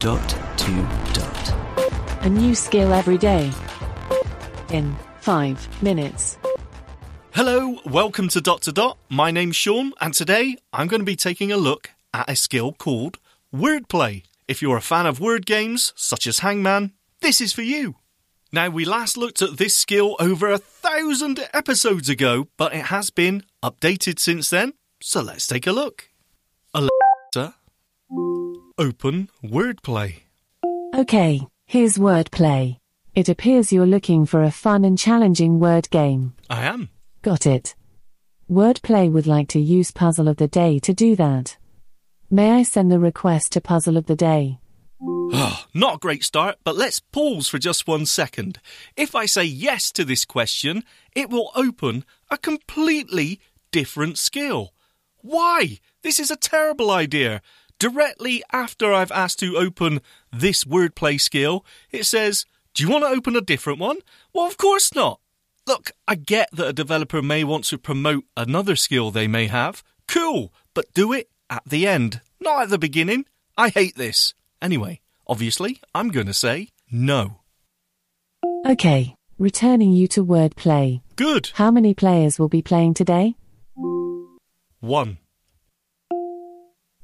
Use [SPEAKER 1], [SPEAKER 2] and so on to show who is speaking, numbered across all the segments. [SPEAKER 1] Dot to dot.
[SPEAKER 2] A new skill every day. In five minutes.
[SPEAKER 3] Hello, welcome to Dot to Dot. My name's Sean, and today I'm going to be taking a look at a skill called wordplay. If you're a fan of word games, such as Hangman, this is for you. Now, we last looked at this skill over a thousand episodes ago, but it has been updated since then, so let's take a look. Alexa, open wordplay.
[SPEAKER 2] Okay, here's wordplay. It appears you're looking for a fun and challenging word game.
[SPEAKER 3] I am.
[SPEAKER 2] Got it. Wordplay would like to use Puzzle of the Day to do that. May I send the request to Puzzle of the Day?
[SPEAKER 3] Ah, Not a great start, but let's pause for just one second. If I say yes to this question, it will open a completely different skill. Why? This is a terrible idea. Directly after I've asked to open this wordplay skill, it says, Do you want to open a different one? Well, of course not. Look, I get that a developer may want to promote another skill they may have. Cool, but do it at the end, not at the beginning. I hate this. Anyway, obviously, I'm going to say no.
[SPEAKER 2] Okay, returning you to wordplay.
[SPEAKER 3] Good.
[SPEAKER 2] How many players will be playing today?
[SPEAKER 3] One.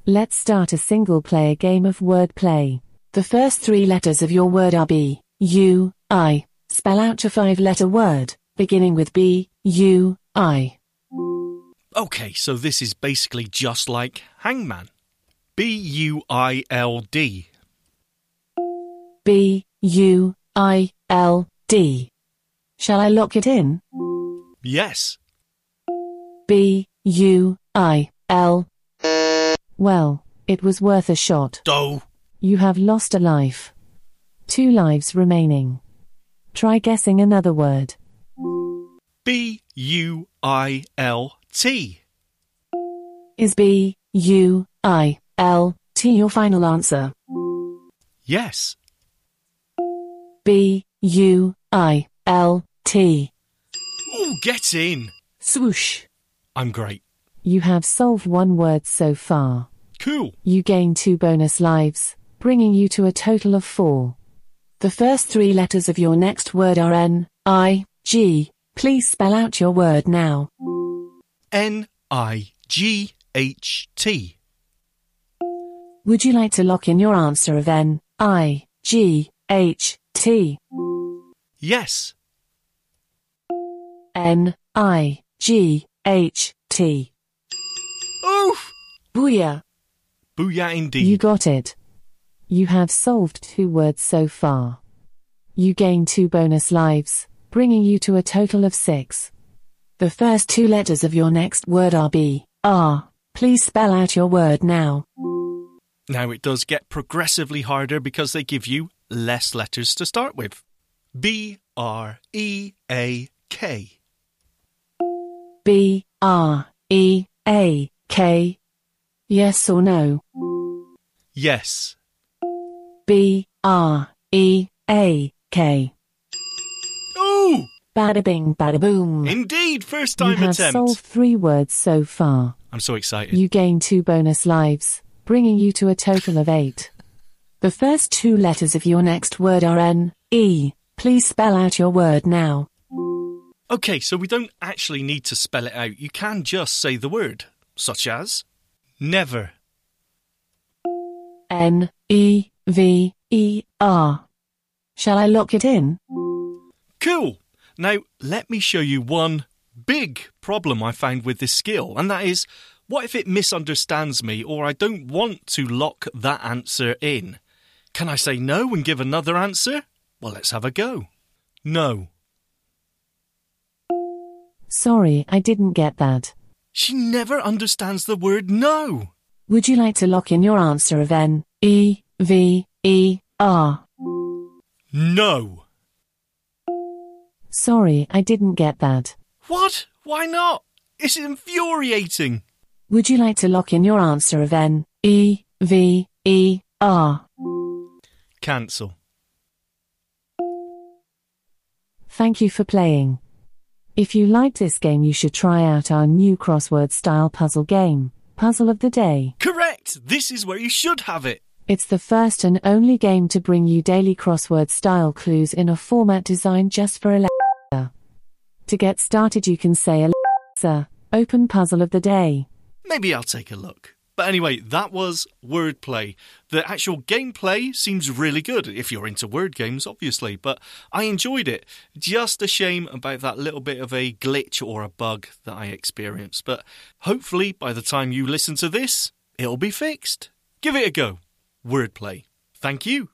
[SPEAKER 2] Let's start a single player game of wordplay. The first three letters of your word are B, U, I. Spell out your five letter word, beginning with B, U, I.
[SPEAKER 3] Okay, so this is basically just like Hangman. B U I L D.
[SPEAKER 2] B, U, I, L, D. Shall I lock it in?
[SPEAKER 3] Yes.
[SPEAKER 2] B, U, I, L. Well, it was worth a shot.
[SPEAKER 3] Do.
[SPEAKER 2] You have lost a life. Two lives remaining. Try guessing another word.
[SPEAKER 3] B U I L T.
[SPEAKER 2] Is B, U, I, L, T your final answer?
[SPEAKER 3] Yes.
[SPEAKER 2] B, U, I, L, T.
[SPEAKER 3] Ooh, get in.
[SPEAKER 2] Swoosh.
[SPEAKER 3] I'm great.
[SPEAKER 2] You have solved one word so far.
[SPEAKER 3] Cool.
[SPEAKER 2] You gain two bonus lives, bringing you to a total of four. The first three letters of your next word are N, I, G. Please spell out your word now.
[SPEAKER 3] N I G H T.
[SPEAKER 2] Would you like to lock in your answer of N, I, G, H, T?
[SPEAKER 3] Yes.
[SPEAKER 2] N, I, G, H, T.
[SPEAKER 3] Oof.
[SPEAKER 2] Booyah!
[SPEAKER 3] Booyah indeed.
[SPEAKER 2] You got it. You have solved two words so far. You gain two bonus lives, bringing you to a total of six. The first two letters of your next word are B, R. Please spell out your word now.
[SPEAKER 3] Now it does get progressively harder because they give you less letters to start with. B R E A K.
[SPEAKER 2] B, R, E, A, K. Yes or no?
[SPEAKER 3] Yes.
[SPEAKER 2] B, R, E, A, K.
[SPEAKER 3] Ooh!
[SPEAKER 2] Bada bing, bada boom.
[SPEAKER 3] Indeed, first
[SPEAKER 2] You
[SPEAKER 3] time
[SPEAKER 2] have
[SPEAKER 3] attempt.
[SPEAKER 2] solved three words so far.
[SPEAKER 3] I'm so excited.
[SPEAKER 2] You gain two bonus lives, bringing you to a total of eight. The first two letters of your next word are N, E. Please spell out your word now.
[SPEAKER 3] Okay, so we don't actually need to spell it out. You can just say the word, such as never.
[SPEAKER 2] N, E, V, E, R. Shall I lock it in?
[SPEAKER 3] Cool. Now, let me show you one big problem I found with this skill, and that is what if it misunderstands me or I don't want to lock that answer in? Can I say no and give another answer? Well, let's have a go. No.
[SPEAKER 2] Sorry, I didn't get that.
[SPEAKER 3] She never understands the word no.
[SPEAKER 2] Would you like to lock in your answer of N, E, V, E, R?
[SPEAKER 3] No.
[SPEAKER 2] Sorry, I didn't get that.
[SPEAKER 3] What? Why not? It's infuriating.
[SPEAKER 2] Would you like to lock in your answer of N, E, V, E, R?
[SPEAKER 3] Cancel.
[SPEAKER 2] Thank you for playing. If you liked this game, you should try out our new crossword style puzzle game, Puzzle of the Day.
[SPEAKER 3] Correct. This is where you should have it.
[SPEAKER 2] It's the first and only game to bring you daily crossword style clues in a format designed just for Alexa. To get started, you can say, Alexa, open puzzle of the day.
[SPEAKER 3] Maybe I'll take a look. But anyway, that was wordplay. The actual gameplay seems really good, if you're into word games, obviously, but I enjoyed it. Just a shame about that little bit of a glitch or a bug that I experienced, but hopefully by the time you listen to this, it'll be fixed. Give it a go. Wordplay. Thank you.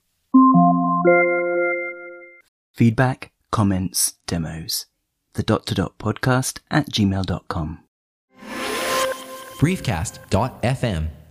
[SPEAKER 1] Feedback, comments, demos. The dot to dot podcast at gmail.com.
[SPEAKER 4] briefcast.fm.